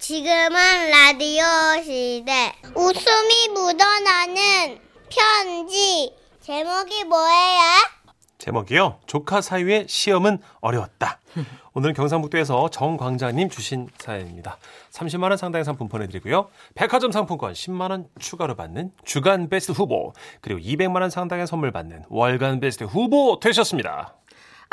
지금은 라디오 시대. 웃음이 묻어나는 편지. 제목이 뭐예요? 제목이요. 조카 사유의 시험은 어려웠다. 오늘은 경상북도에서 정광자님 주신 사연입니다. 30만 원 상당의 상품 보내드리고요. 백화점 상품권 10만 원 추가로 받는 주간 베스트 후보 그리고 200만 원 상당의 선물 받는 월간 베스트 후보 되셨습니다.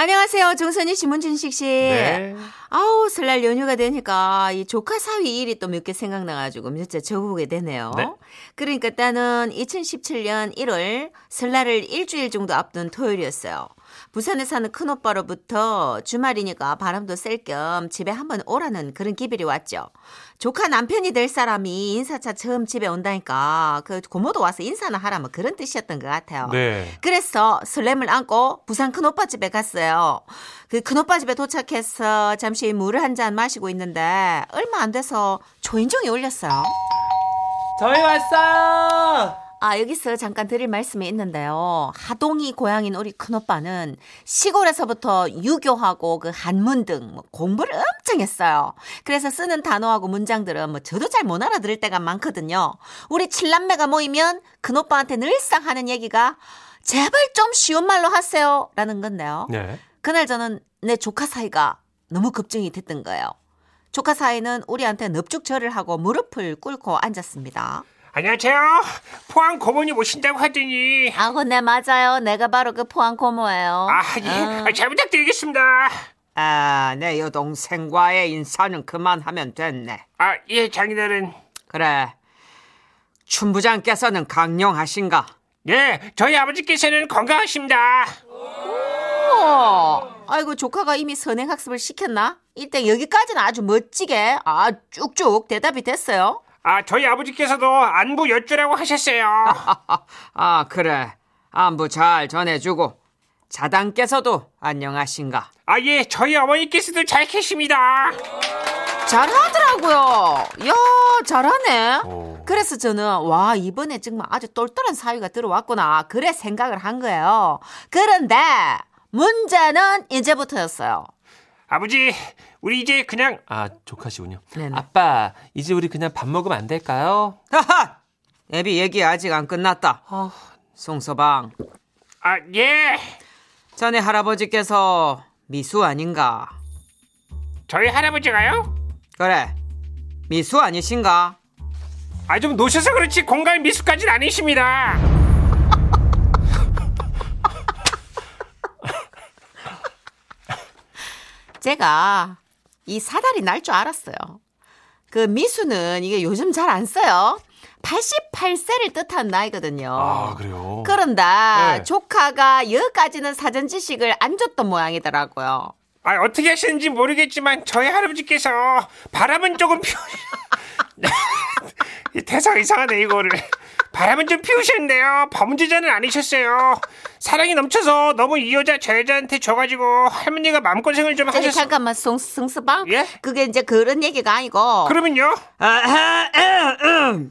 안녕하세요. 정선희 씨, 문준식 씨. 네. 아우, 설날 연휴가 되니까 이 조카 사위 일이 또 몇 개 생각나가지고 진짜 적우게 되네요. 네. 그러니까 딸은 2017년 1월 설날을 일주일 정도 앞둔 토요일이었어요. 부산에 사는 큰오빠로부터 주말이니까 바람도 쐴 겸 집에 한번 오라는 그런 기별이 왔죠. 조카 남편이 될 사람이 인사차 처음 집에 온다니까 그 고모도 와서 인사나 하라 뭐 그런 뜻이었던 것 같아요. 네. 그래서 설렘을 안고 부산 큰오빠 집에 갔어요. 그 큰오빠 집에 도착해서 잠시 물을 한 잔 마시고 있는데 얼마 안 돼서 조인종이 울렸어요. 저희 왔어요. 아, 여기서 잠깐 드릴 말씀이 있는데요. 하동이 고향인 우리 큰오빠는 시골에서부터 유교하고 그 한문 등뭐 공부를 엄청 했어요. 그래서 쓰는 단어하고 문장들은 뭐 저도 잘 못 알아들을 때가 많거든요. 우리 칠남매가 모이면 큰오빠한테 늘상 하는 얘기가 제발 좀 쉬운 말로 하세요. 라는 건데요. 네. 그날 저는 내 조카 사이가 너무 급증이 됐던 거예요. 조카 사이는 우리한테 넙죽절을 하고 무릎을 꿇고 앉았습니다. 안녕하세요. 포항 고모님 오신다고 하더니 아, 근데 맞아요. 내가 바로 그 포항 고모예요. 아, 예. 아, 잘 부탁드리겠습니다. 아, 내 여동생과의 인사는 그만하면 됐네. 아, 예, 장인어른. 그래. 춘부장께서는 강령하신가? 예, 저희 아버지께서는 건강하십니다. 어. 아이고, 조카가 이미 선행학습을 시켰나? 일단 여기까지는 아주 멋지게, 아, 쭉쭉 대답이 됐어요. 아, 저희 아버지께서도 안부 여쭈라고 하셨어요. 아, 그래. 안부 잘 전해주고. 자당께서도 안녕하신가? 아, 예, 저희 어머니께서도 잘 계십니다. 잘하더라고요. 야 잘하네. 오. 그래서 저는 와 이번에 정말 아주 똘똘한 사위가 들어왔구나 그래 생각을 한 거예요. 그런데 문제는 이제부터였어요. 아버지, 우리 이제 그냥 아 조카시군요. 네네. 아빠 이제 우리 그냥 밥 먹으면 안 될까요? 하하! 애비 얘기 아직 안 끝났다. 송서방, 아, 예. 전에 할아버지께서 미수 아닌가? 저희 할아버지가요? 그래. 미수 아니신가? 아, 좀 노셔서 그렇지 공갈 미숙까지는 아니십니다. 제가 이 사다리 날 줄 알았어요. 그 미수는 이게 요즘 잘 안 써요. 88세를 뜻한 나이거든요. 아 그래요. 그런데 네. 조카가 여기까지는 사전 지식을 안 줬던 모양이더라고요. 아, 어떻게 하시는지 모르겠지만 저희 할아버지께서 바람은 조금 피우 이 대사 이상하네 이거를 바람은 좀 피우셨는데요 범죄자는 아니셨어요 사랑이 넘쳐서 너무 이 여자 저 여자한테 줘가지고 할머니가 마음고생을 좀 저기 하셨어 잠깐만 송 승수방 예? 그게 이제 그런 얘기가 아니고 그러면요 음, 어,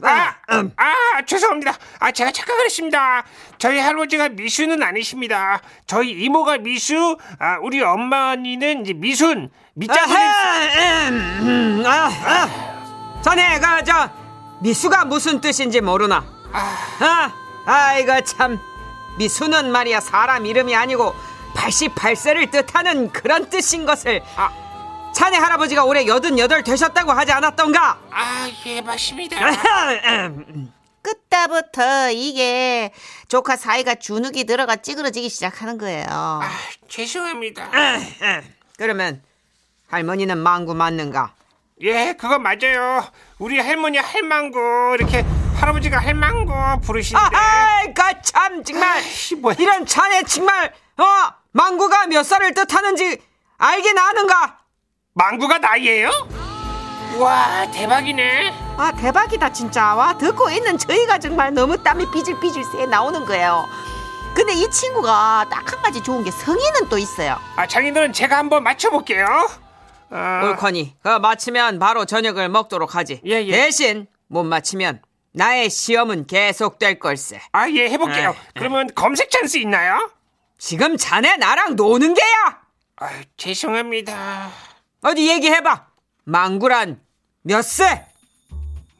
아, 음. 아 죄송합니다 아 제가 착각을 했습니다 저희 할아버지가 미수는 아니십니다 저희 이모가 미수 아 우리 엄마 언니는 이제 미순 미자분 음, 아, 아. 자네가 저 미수가 무슨 뜻인지 모르나? 아, 아이고 참 미수는 말이야 사람 이름이 아니고 88세를 뜻하는 그런 뜻인 것을 아. 자네 할아버지가 올해 88 되셨다고 하지 않았던가? 음, 아 예 맞습니다 아. 그때부터 이게 조카 사이가 주눅이 들어가 찌그러지기 시작하는 거예요. 아, 죄송합니다. 음, 그러면 할머니는 망구 맞는가? 예, 그거 맞아요. 우리 할머니 할망구 이렇게 할아버지가 할망구 부르시는데 아이고 참 정말 아이씨, 뭐야. 이런 자네 정말 어 망구가 몇 살을 뜻하는지 알긴 아는가? 망구가 나이에요? 와 대박이네. 와 아, 대박이다 진짜. 와 듣고 있는 저희가 정말 너무 땀이 삐질삐질 새 나오는 거예요. 근데 이 친구가 딱 한 가지 좋은 게 성의는 또 있어요. 아 장인들은 제가 한번 맞춰볼게요. 어, 옳거니 그 맞히면 바로 저녁을 먹도록 하지 예, 예. 대신 못 맞히면 나의 시험은 계속될 걸세 아 예, 해볼게요. 아, 그러면 검색 찬스 있나요? 지금 자네 나랑 노는 게야 아 죄송합니다. 어디 얘기해봐 망구란 몇 세?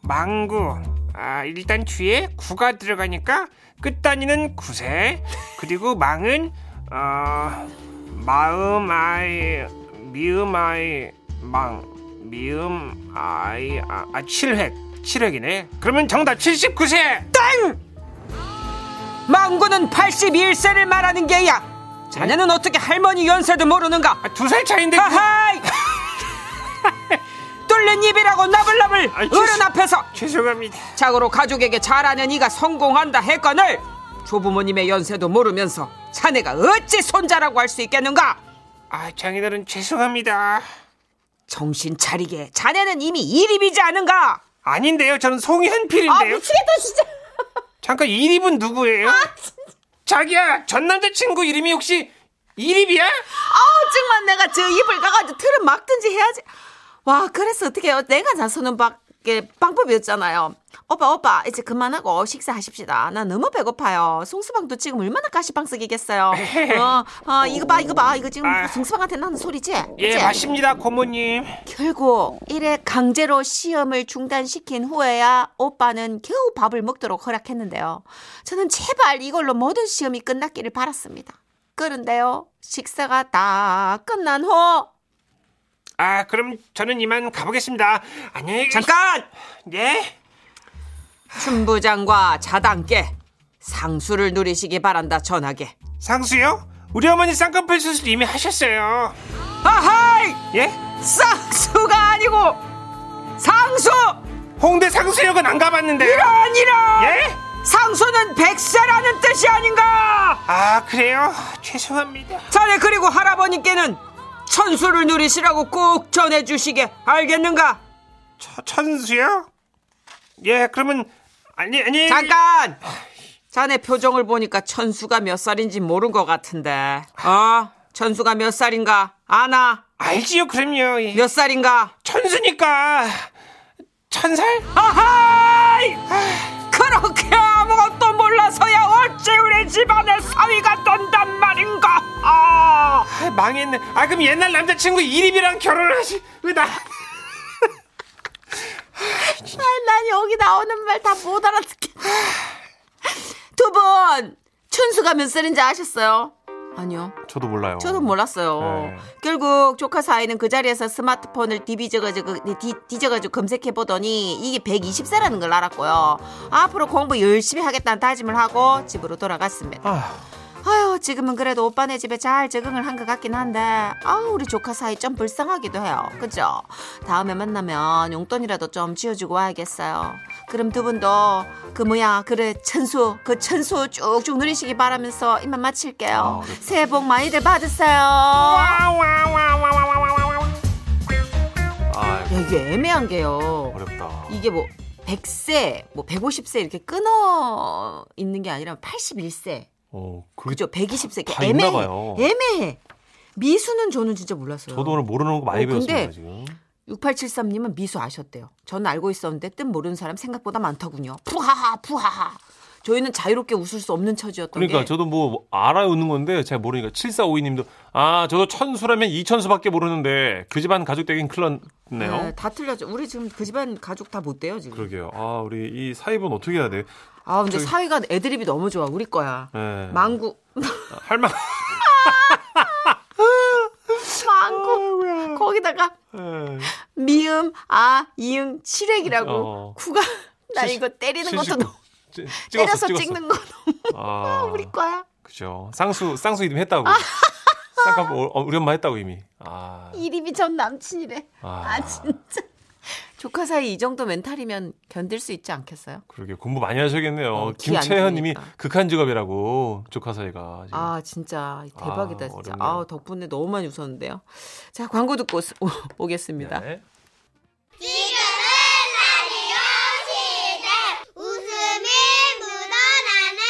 망구. 아, 일단 뒤에 구가 들어가니까 끝단위는 구세. 그리고 망은 어 마음 아이 미음 아이 망 미음 아이 아, 아 7획. 7획이네. 그러면 정답 79세. 망고는 81세를 말하는 게야. 자네는 어떻게 할머니 연세도 모르는가? 아, 두 살 차인데. 하하이! 뚫린 입이라고 나불나불 아, 죄송- 어른 앞에서 죄송합니다. 자고로 가족에게 잘하는 이가 성공한다 했거늘 조부모님의 연세도 모르면서 자네가 어찌 손자라고 할 수 있겠는가? 아, 장인어른 죄송합니다. 정신 차리게 자네는 이미 이립이지 않은가? 아닌데요. 저는 송현필인데요. 아, 미치겠다 진짜 잠깐 이립은 아, 누구예요? 자기야, 전 남자친구 이름이 혹시 이립이야? 아우 정말 내가 저 입을 가가지고 틀을 막든지 해야지. 와 그래서 어떻게 해요? 내가 나서는 밖에 예, 방법이었잖아요. 오빠 오빠 이제 그만하고 식사하십시다. 나 너무 배고파요. 송수방도 지금 얼마나 가시방 쓰기겠어요. 어, 어 이거 봐 이거 봐 이거 지금 아. 송수방한테 나는 소리지? 예, 그치? 맞습니다, 고모님. 결국 이래 강제로 시험을 중단시킨 후에야 오빠는 겨우 밥을 먹도록 허락했는데요. 저는 제발 이걸로 모든 시험이 끝났기를 바랐습니다. 그런데요, 식사가 다 끝난 후 아, 그럼 저는 이만 가보겠습니다. 안녕히 계세요. 잠깐 예? 춘부장과 자당께 상수를 누리시기 바란다 전하게 상수요? 우리 어머니 쌍꺼풀 수술 이미 하셨어요. 아하이 예? 쌍수가 아니고 상수 홍대 상수역은 안 가봤는데요. 이런 이런 예? 상수는 백세라는 뜻이 아닌가 아, 그래요? 죄송합니다. 자네 그리고 할아버님께는 천수를 누리시라고 꼭 전해주시게 알겠는가 처, 천수요? 예, 그러면 아니 아니 잠깐 자네 표정을 보니까 천수가 몇 살인지 모른 것 같은데 어 천수가 몇 살인가 아나 알지요, 그럼요. 예. 몇 살인가 천수니까 천살? 아하이! 그렇게 아무것도 몰라서야 어찌 우리 집안에 사위가 떤단 말인가? 아, 아, 망했네. 아 그럼 옛날 남자친구 이립이랑 결혼하시 왜 나? 아, 난 여기 나오는 말 다 못 알아듣겠. 두분 춘수가 몇 살인지 아셨어요? 아니요. 저도 몰라요. 저도 몰랐어요. 네. 결국 조카 사이는 그 자리에서 스마트폰을 뒤비져가지고 뒤- 뒤져가지고 검색해 보더니 이게 120세라는 걸 알았고요. 앞으로 공부 열심히 하겠다는 다짐을 하고 집으로 돌아갔습니다. 아, 아유 지금은 그래도 오빠네 집에 잘 적응을 한 것 같긴 한데 아우 우리 조카 사이 좀 불쌍하기도 해요. 그죠? 다음에 만나면 용돈이라도 좀 쥐어주고 와야겠어요. 그럼 두 분도 그 뭐야 그래 천수 그 천수 쭉쭉 누리시기 바라면서 이만 마칠게요. 아, 그렇죠. 새해 복 많이들 받으세요. 와와와와와와와와. 아 야, 이게 애매한 게요. 어렵다. 이게 뭐 100세, 뭐 150세 이렇게 끊어 있는 게 아니라 81세. 어, 그게 그죠? 120세. 이렇게 다 있나 애매해. 봐요. 애매해. 미수는 저는 진짜 몰랐어요. 저도 오늘 모르는 거 많이 어, 배웠습니다 근데- 지금. 6873님은 미수 아셨대요. 저는 알고 있었는데 뜻 모르는 사람 생각보다 많더군요. 푸하하, 푸하하. 저희는 자유롭게 웃을 수 없는 처지였던 그러니까 게. 저도 뭐 알아요 웃는 건데 잘 모르니까 7452님도 아 저도 천수라면 이천수밖에 모르는데 그 집안 가족 되긴 큰일 났네요. 네, 다 틀렸죠. 우리 지금 그 집안 가족 다 못 돼요, 지금. 그러게요. 아 우리 이 사입은 어떻게 해야 돼? 아, 근데 저기- 사위가 애드립이 너무 좋아. 우리 거야. 네. 망구. 할망. 망구. 거기다가 네. 미음 아 이응 칠액이라고 어. 구가 나 시- 이거 때리는 것도 실시간- 너무 찌- 찍었어, 때려서 찍었어. 찍는 거 너무 아 우리 아. 거야 그죠. 쌍수 쌍수 이름 했다고. 쌍꺼 어, 우리 엄마 했다고 이미. 아 이립이 전 남친이래 아. 아, 진짜 조카 사이 이 정도 멘탈이면 견딜 수 있지 않겠어요? 그러게 공부 많이 하셔야겠네요. 어, 귀안 김채현님이 들리니까. 극한 직업이라고 조카 사이가. 지금. 아 진짜 대박이다 아, 진짜 어렵네요. 아 덕분에 너무 많이 웃었는데요 자 광고 듣고 오, 오겠습니다 네. 지금은 라디오 시대 웃음이 묻어나는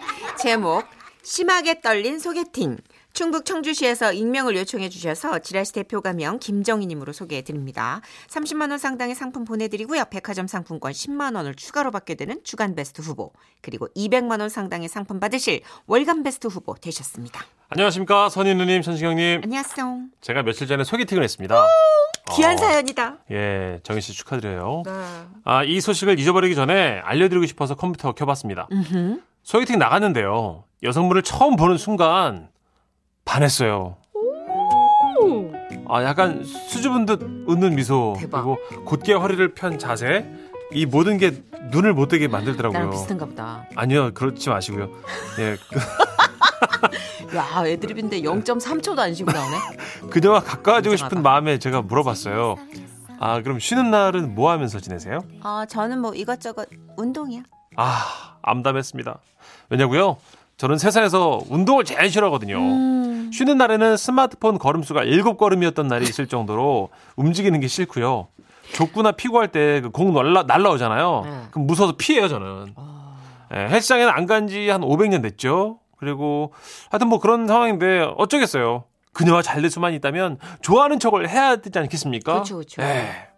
편지 와! 제목 심하게 떨린 소개팅 충북 청주시에서 익명을 요청해 주셔서 지라시 대표가명 김정희님으로 소개해 드립니다. 30만 원 상당의 상품 보내드리고요. 백화점 상품권 10만 원을 추가로 받게 되는 주간 베스트 후보 그리고 200만 원 상당의 상품 받으실 월간 베스트 후보 되셨습니다. 안녕하십니까 선희 누님 천식형님. 안녕하세요. 제가 며칠 전에 소개팅을 했습니다. 귀한 어, 사연이다. 예, 정희 씨 축하드려요. 네. 아, 이 소식을 잊어버리기 전에 알려드리고 싶어서 컴퓨터 켜봤습니다. 소개팅 나갔는데요. 여성분을 처음 보는 순간 반했어요. 아, 약간 수줍은 듯 웃는 미소 대박. 그리고 곧게 허리를 편 자세 이 모든 게 눈을 못 뜨게 만들더라고요. 나랑 비슷한가 보다. 아니요, 그렇지 마시고요. 예, 야 애드립인데 0.3초도 안 쉬고 나오네. 그녀와 가까워지고 굉장하다. 싶은 마음에 제가 물어봤어요. 아, 그럼 쉬는 날은 뭐 하면서 지내세요? 아 저는 뭐 이것저것 운동이야. 아, 암담했습니다. 왜냐고요? 저는 세상에서 운동을 제일 싫어하거든요. 음. 쉬는 날에는 스마트폰 걸음수가 일곱 걸음이었던 날이 있을 정도로 움직이는 게 싫고요. 족구나 피구할 때 그 공 날라 날라오잖아요. 네. 아. 그럼 무서워서 피해요 저는. 예, 헬스장에는 안 간 지 한 500년 됐죠. 그리고 하여튼 뭐 그런 상황인데 어쩌겠어요. 그녀와 잘 될 수만 있다면 좋아하는 척을 해야 되지 않겠습니까? 그렇죠, 그쵸, 그쵸. 예.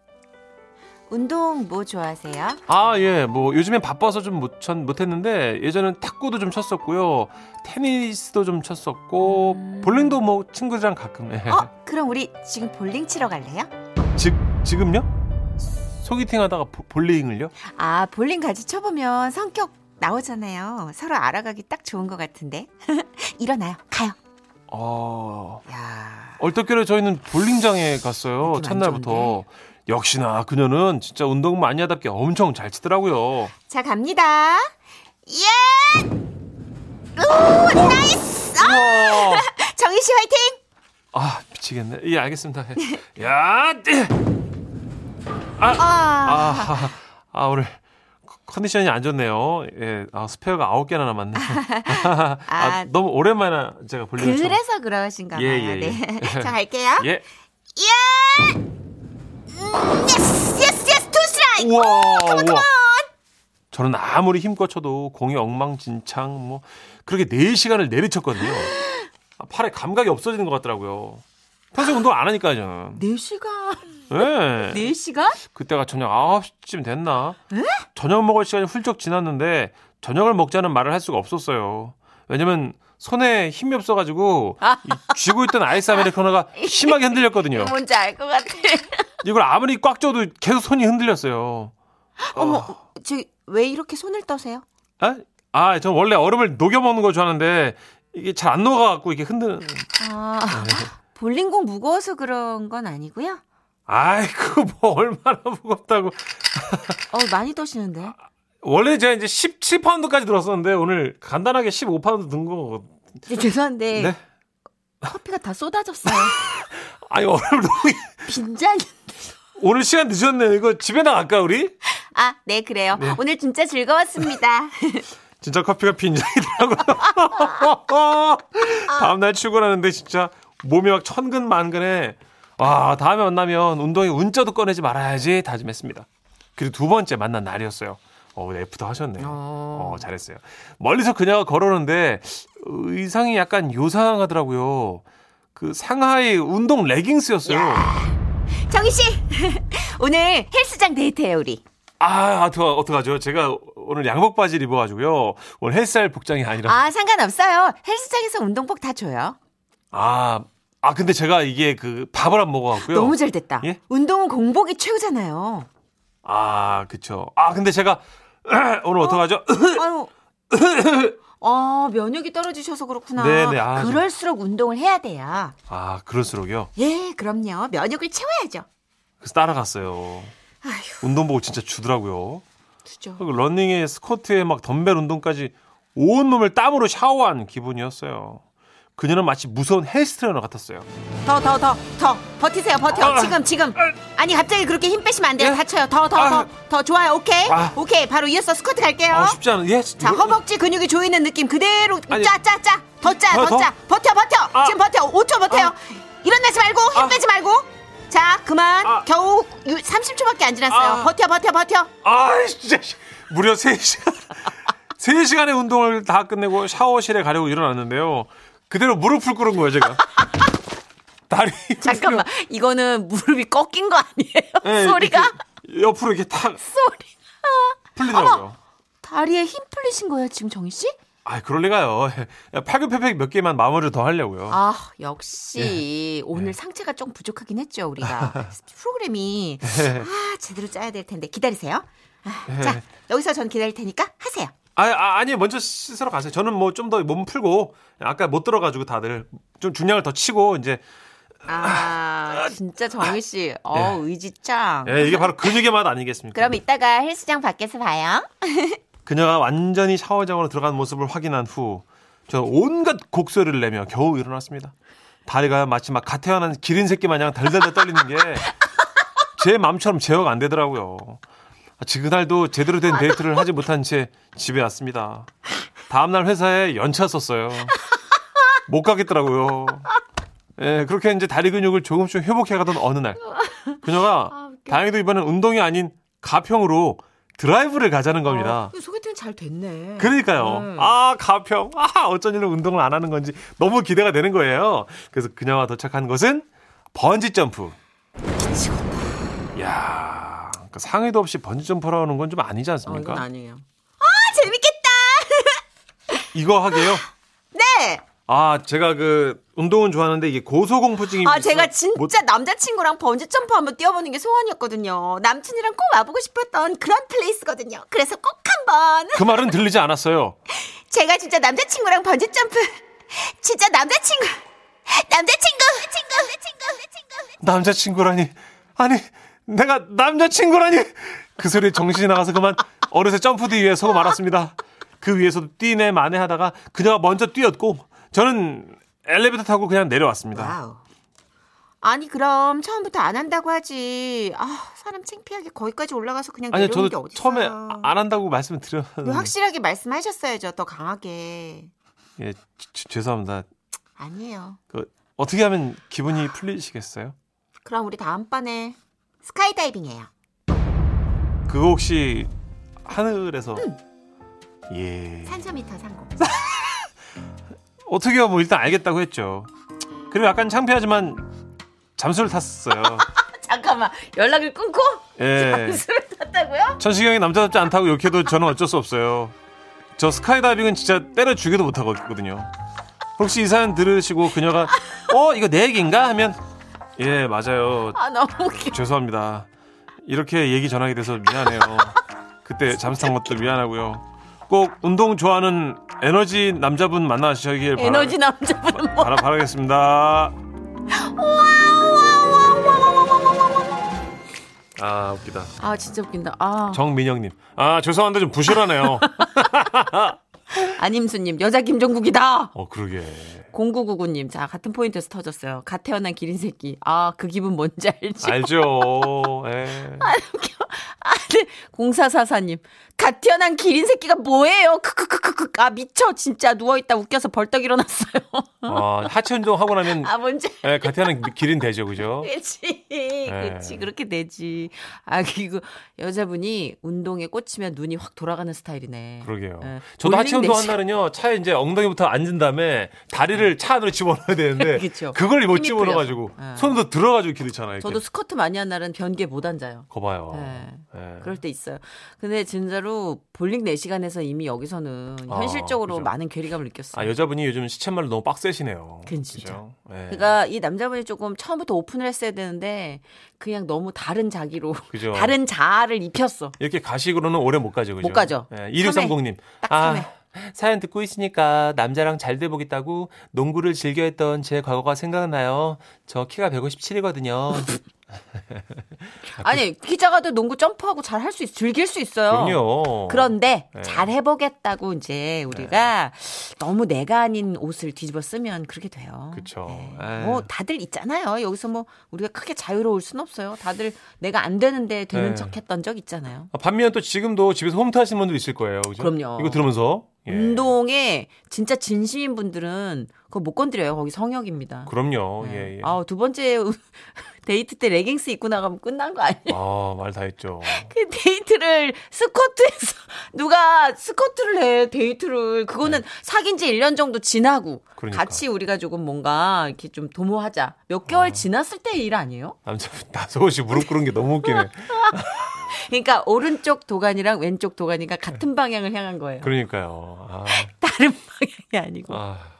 운동 뭐 좋아하세요? 아, 예. 뭐 요즘엔 바빠서 좀 못 천 못했는데 예전엔 탁구도 좀 쳤었고요. 테니스도 좀 쳤었고 볼링도 뭐 친구들이랑 가끔. 예. 음. 어 그럼 우리 지금 볼링 치러 갈래요? 지, 지금요? 소개팅 하다가 보- 볼링을요? 아 볼링 같이 쳐보면 성격 나오잖아요. 서로 알아가기 딱 좋은 것 같은데 일어나요. 가요. 어. 아. 야 얼떨결에 저희는 볼링장에 갔어요. 느낌 안 첫날부터. 역시나 그녀는 진짜 운동 많이 하답게 엄청 잘 치더라고요. 자 갑니다. 예! 오, 나이스! 우와. 아! 정희 씨 화이팅. 아, 미치겠네. 예, 알겠습니다. 예. 야! 예. 아, 아, 아 오늘 컨- 컨디션이 안 좋네요. 예, 아, 스페어가 아홉 개나 남았네. 아, 아. 너무 오랜만에 제가 볼륨을 참- 그래서 그러신가 봐요. 그렇죠. 예, 예, 예. 네. 자 갈게요. 예, 예! 음, 예스! 예스! 예스! 투 스트라이크! 우와, 우와. 저는 아무리 힘껏 쳐도 공이 엉망진창 뭐 그렇게 네 시간을 내리쳤거든요. 아, 팔에 감각이 없어지는 것 같더라고요. 평소 에 운동 안 하니까 저는. 네 시간. 예. 네 시간? 그때가 저녁 9시쯤 됐나? 저녁 먹을 시간이 훌쩍 지났는데 저녁을 먹자는 말을 할 수가 없었어요. 왜냐면 손에 힘이 없어가지고 이 쥐고 있던 아이스 아메리카노가 심하게 흔들렸거든요. 뭔지 알 것 같아. 이걸 아무리 꽉 쪄도 계속 손이 흔들렸어요. 어. 어머, 저기 왜 이렇게 손을 떠세요? 아, 아, 전 원래 얼음을 녹여 먹는 걸 좋아하는데 이게 잘 안 녹아갖고 이게 흔드는. 아, 볼링공 무거워서 그런 건 아니고요. 아이고 뭐 얼마나 무겁다고. 어, 많이 떠시는데. 원래 제가 이제 17파운드까지 들었었는데 오늘 간단하게 15파운드 든 거. 근데 죄송한데 네? 커피가 다 쏟아졌어요. 아니 얼음 녹이. 빈잔. 오늘 시간 늦었네. 이거 집에 나갈까 우리? 아, 네 그래요. 오늘 진짜 즐거웠습니다. 진짜 커피가 빈장이더라고요. 다음 날 출근하는데 진짜 몸이 막 천근만근해. 와 다음에 만나면 운동에 운자도 꺼내지 말아야지 다짐했습니다. 그리고 두 번째 만난 날이었어요. 어, 애프터 하셨네요. 어, 잘했어요. 멀리서 그녀가 걸어오는데 의상이 약간 요상하더라고요. 그 상하이 운동 레깅스였어요. 정희 씨, 오늘 헬스장 데이트예요 우리. 아, 어떡하, 어떡하죠? 제가 오늘 양복 바지를 입어가지고요. 오늘 헬스할 복장이 아니라. 아, 상관없어요. 헬스장에서 운동복 다 줘요. 아, 아, 근데 제가 이게 그 밥을 안 먹어갖고요. 너무 잘 됐다. 예? 운동은 공복이 최고잖아요. 아, 그쵸. 아, 근데 제가 오늘 어떡하죠? 아유. 아, 면역이 떨어지셔서 그렇구나. 네네, 아, 좀- 그럴수록 운동을 해야 돼요. 아, 그럴수록요. 예, 그럼요. 면역을 채워야죠. 그래서 따라갔어요. 아휴, 운동복 진짜 주더라고요. 두죠. 그리고 러닝에 스쿼트에 막 덤벨 운동까지 온몸을 땀으로 샤워한 기분이었어요. 그녀는 마치 무서운 헬스 트레이너 같았어요. 더, 더, 더, 더. 버티세요, 버텨. 아. 지금, 지금. 아니, 갑자기 그렇게 힘 빼시면 안 돼요. 다쳐요. 더, 더, 아. 더. 더 좋아요. 오케이. 아. 오케이. 바로 이어서 스쿼트 갈게요. 아, 쉽지 않은, 예? 자, 허벅지 근육이 조이는 느낌 그대로 아니. 짜, 짜, 짜. 더 짜, 더, 더, 더? 짜. 버텨, 버텨. 아. 지금 버텨. 5초 버텨요. 일어나지 말고, 힘 아. 빼지 말고. 자, 그만. 아. 겨우 30초밖에 안 지났어요. 아. 버텨, 버텨, 버텨. 아, 진짜 무려 3시간 3시간의 운동을 다 끝내고 샤워실에 가려고 일어났는데요. 그대로 무릎을 꿇은 거예요, 제가. 다리. 잠깐만, 이거는 무릎이 꺾인 거 예, 아니에요? 소리가? 이렇게 옆으로 이렇게 탁 소리. 풀리더라고요. 다리에 힘 풀리신 거예요, 지금 정희 씨? 아, 그럴 리가요. 팔굽혀펴기 몇 개만 마무리를 더 하려고요. 아, 예. 역시 오늘 상체가 좀 부족하긴 했죠, 우리가. 프로그램이 예. 아, 제대로 짜야 될 텐데 기다리세요. 아, 네. 자, 여기서 전 기다릴 테니까 하세요. 아, 아, 아니 먼저 씻으러 가세요. 저는 뭐 좀 더 몸 풀고 아까 못 들어가지고 다들 좀 중량을 더 치고 이제 아, 진짜 정희 씨. 어, 의지짱. 예, 이게 바로 근육의 맛 아니겠습니까? 그럼 이따가 헬스장 밖에서 봐요. 아, 그녀가 완전히 샤워장으로 들어간 모습을 확인한 후 저는 온갖 곡소리를 내며 겨우 일어났습니다. 다리가 마치 막 갓 태어난 기린 새끼 마냥 달달달 떨리는 게 제 마음처럼 제어가 안 되더라고요. 아, 지 그날도 제대로 된 데이트를 하지 못한 채 집에 왔습니다. 다음날 회사에 연차 썼어요. 못 가겠더라고요. 예, 그렇게 이제 다리 근육을 조금씩 회복해 가던 어느 날 그녀가 다행히도 이번엔 운동이 아닌 가평으로 드라이브를 가자는 겁니다. 소개팅 잘 됐네. 음. 그러니까요. 음. 아, 가평. 아, 어쩐 일로 운동을 안 하는 건지 너무 기대가 되는 거예요. 그래서 그녀와 도착한 곳은 번지 점프. 야, 그 상의도 없이 번지 점프라는 건 좀 아니지 어, 않습니까? 이건 아니에요. 재밌겠다. 이거 하게요. 네. 아, 제가 그 운동은 좋아하는데 이게 고소공포증이 아, 있어- 제가 진짜 못- 남자친구랑 번지점프 한번 뛰어보는 게 소원이었거든요. 남친이랑 꼭 와보고 싶었던 그런 플레이스거든요. 그래서 꼭 한번. 그 말은 들리지 않았어요. 제가 진짜 남자친구랑 번지점프. 진짜 남자친구. 남자친구. 친구. 남자친구. 남자친구라니. 아니, 내가 남자친구라니. 그 소리에 정신이 나가서 그만 어느새 점프대 위에 서고 말았습니다. 그 위에서도 뛰네 마네 하다가 그녀가 먼저 뛰었고 저는 엘리베이터 타고 그냥 내려왔습니다. 와우. 아니 그럼 처음부터 안 한다고 하지. 아 사람 창피하게 거기까지 올라가서 그냥 아니 내려오는 게 저도 어디 처음에 음. 있어요. 그 안 한다고 말씀을 드렸는데 확실하게 말씀하셨어야죠. 더 강하게. 예, 지- 지- 죄송합니다. 아니에요. 그, 어떻게 하면 기분이 풀리시겠어요? 그럼 우리 다음번에 스카이다이빙해요. 그거 혹시 하늘에서 예 산소미터 상공. 어떻게 뭐 일단 알겠다고 했죠. 그리고 약간 창피하지만 잠수를 탔어요. 잠깐만 연락을 끊고 예. 술을 탔다고요? 천식형이 남자답지 않다고 욕해도 저는 어쩔 수 없어요. 저 스카이다이빙은 진짜 때려 죽여도 못하거든요. 혹시 이 사연 들으시고 그녀가 어 이거 내 얘기인가 하면 예 맞아요 아 너무 웃겨. 죄송합니다 이렇게 얘기 전하게 돼서 미안해요 그때 잠수 탄 것도 미안하고요 꼭 운동 좋아하는 에너지 남자분 만나시길 바라, 에너지 남자분 뭐. 바라 바라겠습니다 아 웃기다 아 진짜 웃긴다. 아 정민영님. 아 죄송한데 좀 부실하네요. 안임수님 여자 김종국이다. 어 그러게. 0999님 자 같은 포인트에서 터졌어요. 갓 태어난 기린 새끼. 아 그 기분 뭔지 아. 알지? 알죠. 예. 아, 웃겨. 아, 네. 0444님. 갓 태어난 기린 새끼가 뭐예요? 크크크크크. 아, 미쳐. 진짜 누워있다 웃겨서 벌떡 일어났어요. 아 하체 운동 하고 나면 아, 예. 뭔지 예, 가태하는 길은 되죠, 그죠? 알지. 네. 그치. 그렇게 되지. 아, 그리고 여자분이 운동에 꽂히면 눈이 확 돌아가는 스타일이네. 그러게요. 예. 저도 하체 볼링 운동 한 내시- 날은요 차에 이제 엉덩이부터 앉은 다음에 다리를 차 안으로 집어넣어야 되는데 그쵸. 그걸 못 힘이 집어넣어가지고 풀려서. 예. 손도 들어가지고 기르잖아요. 저도 스쿼트 많이 한 날은 변기에 못 앉아요. 거봐요. 예. 예. 그럴 때 있어요. 근데 진짜로 볼링 4시간에서 이미 여기서는 아, 현실적으로 그죠. 많은 괴리감을 느꼈어요. 아 여자분이 요즘 시쳇말로 너무 빡세시네요. 그건 진짜. 그죠? 예. 그러니까 이 남자분이 조금 처음부터 오픈을 했어야 되는데 그냥 너무 다른 자기로 그죠. 다른 자아를 입혔어. 이렇게 가식으로는 오래 못 가죠, 그죠? 못 가죠. 예, 2630님. 딱 참해. 아, 사연 듣고 있으니까 남자랑 잘 돼 보겠다고 농구를 즐겨 했던 제 과거가 생각나요. 저 키가 157이거든요. 그 아니 기자가도 농구 점프하고 잘 할 수 있, 즐길 수 있어요. 그럼요. 그런데 네. 잘 해보겠다고 이제 우리가 너무 내가 아닌 옷을 뒤집어 쓰면 그렇게 돼요. 그쵸. 네. 에이. 뭐 다들 있잖아요. 여기서 뭐 우리가 크게 자유로울 순 없어요. 다들 내가 안 되는데 되는 네. 척했던 적 있잖아요. 아, 반면 또 지금도 집에서 홈트 하시는 분들 있을 거예요. 그죠? 그럼요. 이거 들으면서 예. 운동에 진짜 진심인 분들은 그거 못 건드려요. 거기 성역입니다. 그럼요. 네. 예, 예. 아우, 두 번째 데이트 때 레깅스 입고 나가면 끝난 거 아니에요? 아, 말 다 했죠. 그 데이트를 스쿼트에서 누가 스쿼트를 해 데이트를 그거는 사귄 지 1년 정도 지나고 네. 그러니까. 아. 같이 우리가 조금 뭔가 이렇게 좀 도모하자. 몇 개월 지났을 때 일 아니에요? 남자분 나서호 씨 무릎 꿇은 게 너무 웃기네. 그러니까 오른쪽 도가니랑 왼쪽 도가니가 같은 방향을 향한 거예요. 네. 그러니까요. 아, 다른 방향이 아니고. 아.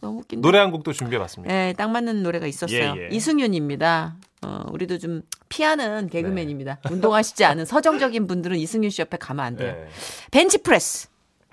너무 웃긴다. 노래 한 곡도 준비해봤습니다. 예, 딱 맞는 노래가 있었어요. 예, 예. 이승윤입니다. 어, 우리도 좀 피하는 개그맨입니다. 운동하시지 않은 서정적인 분들은 이승윤 씨 옆에 가면 안 돼요. 네. 네. 벤치프레스.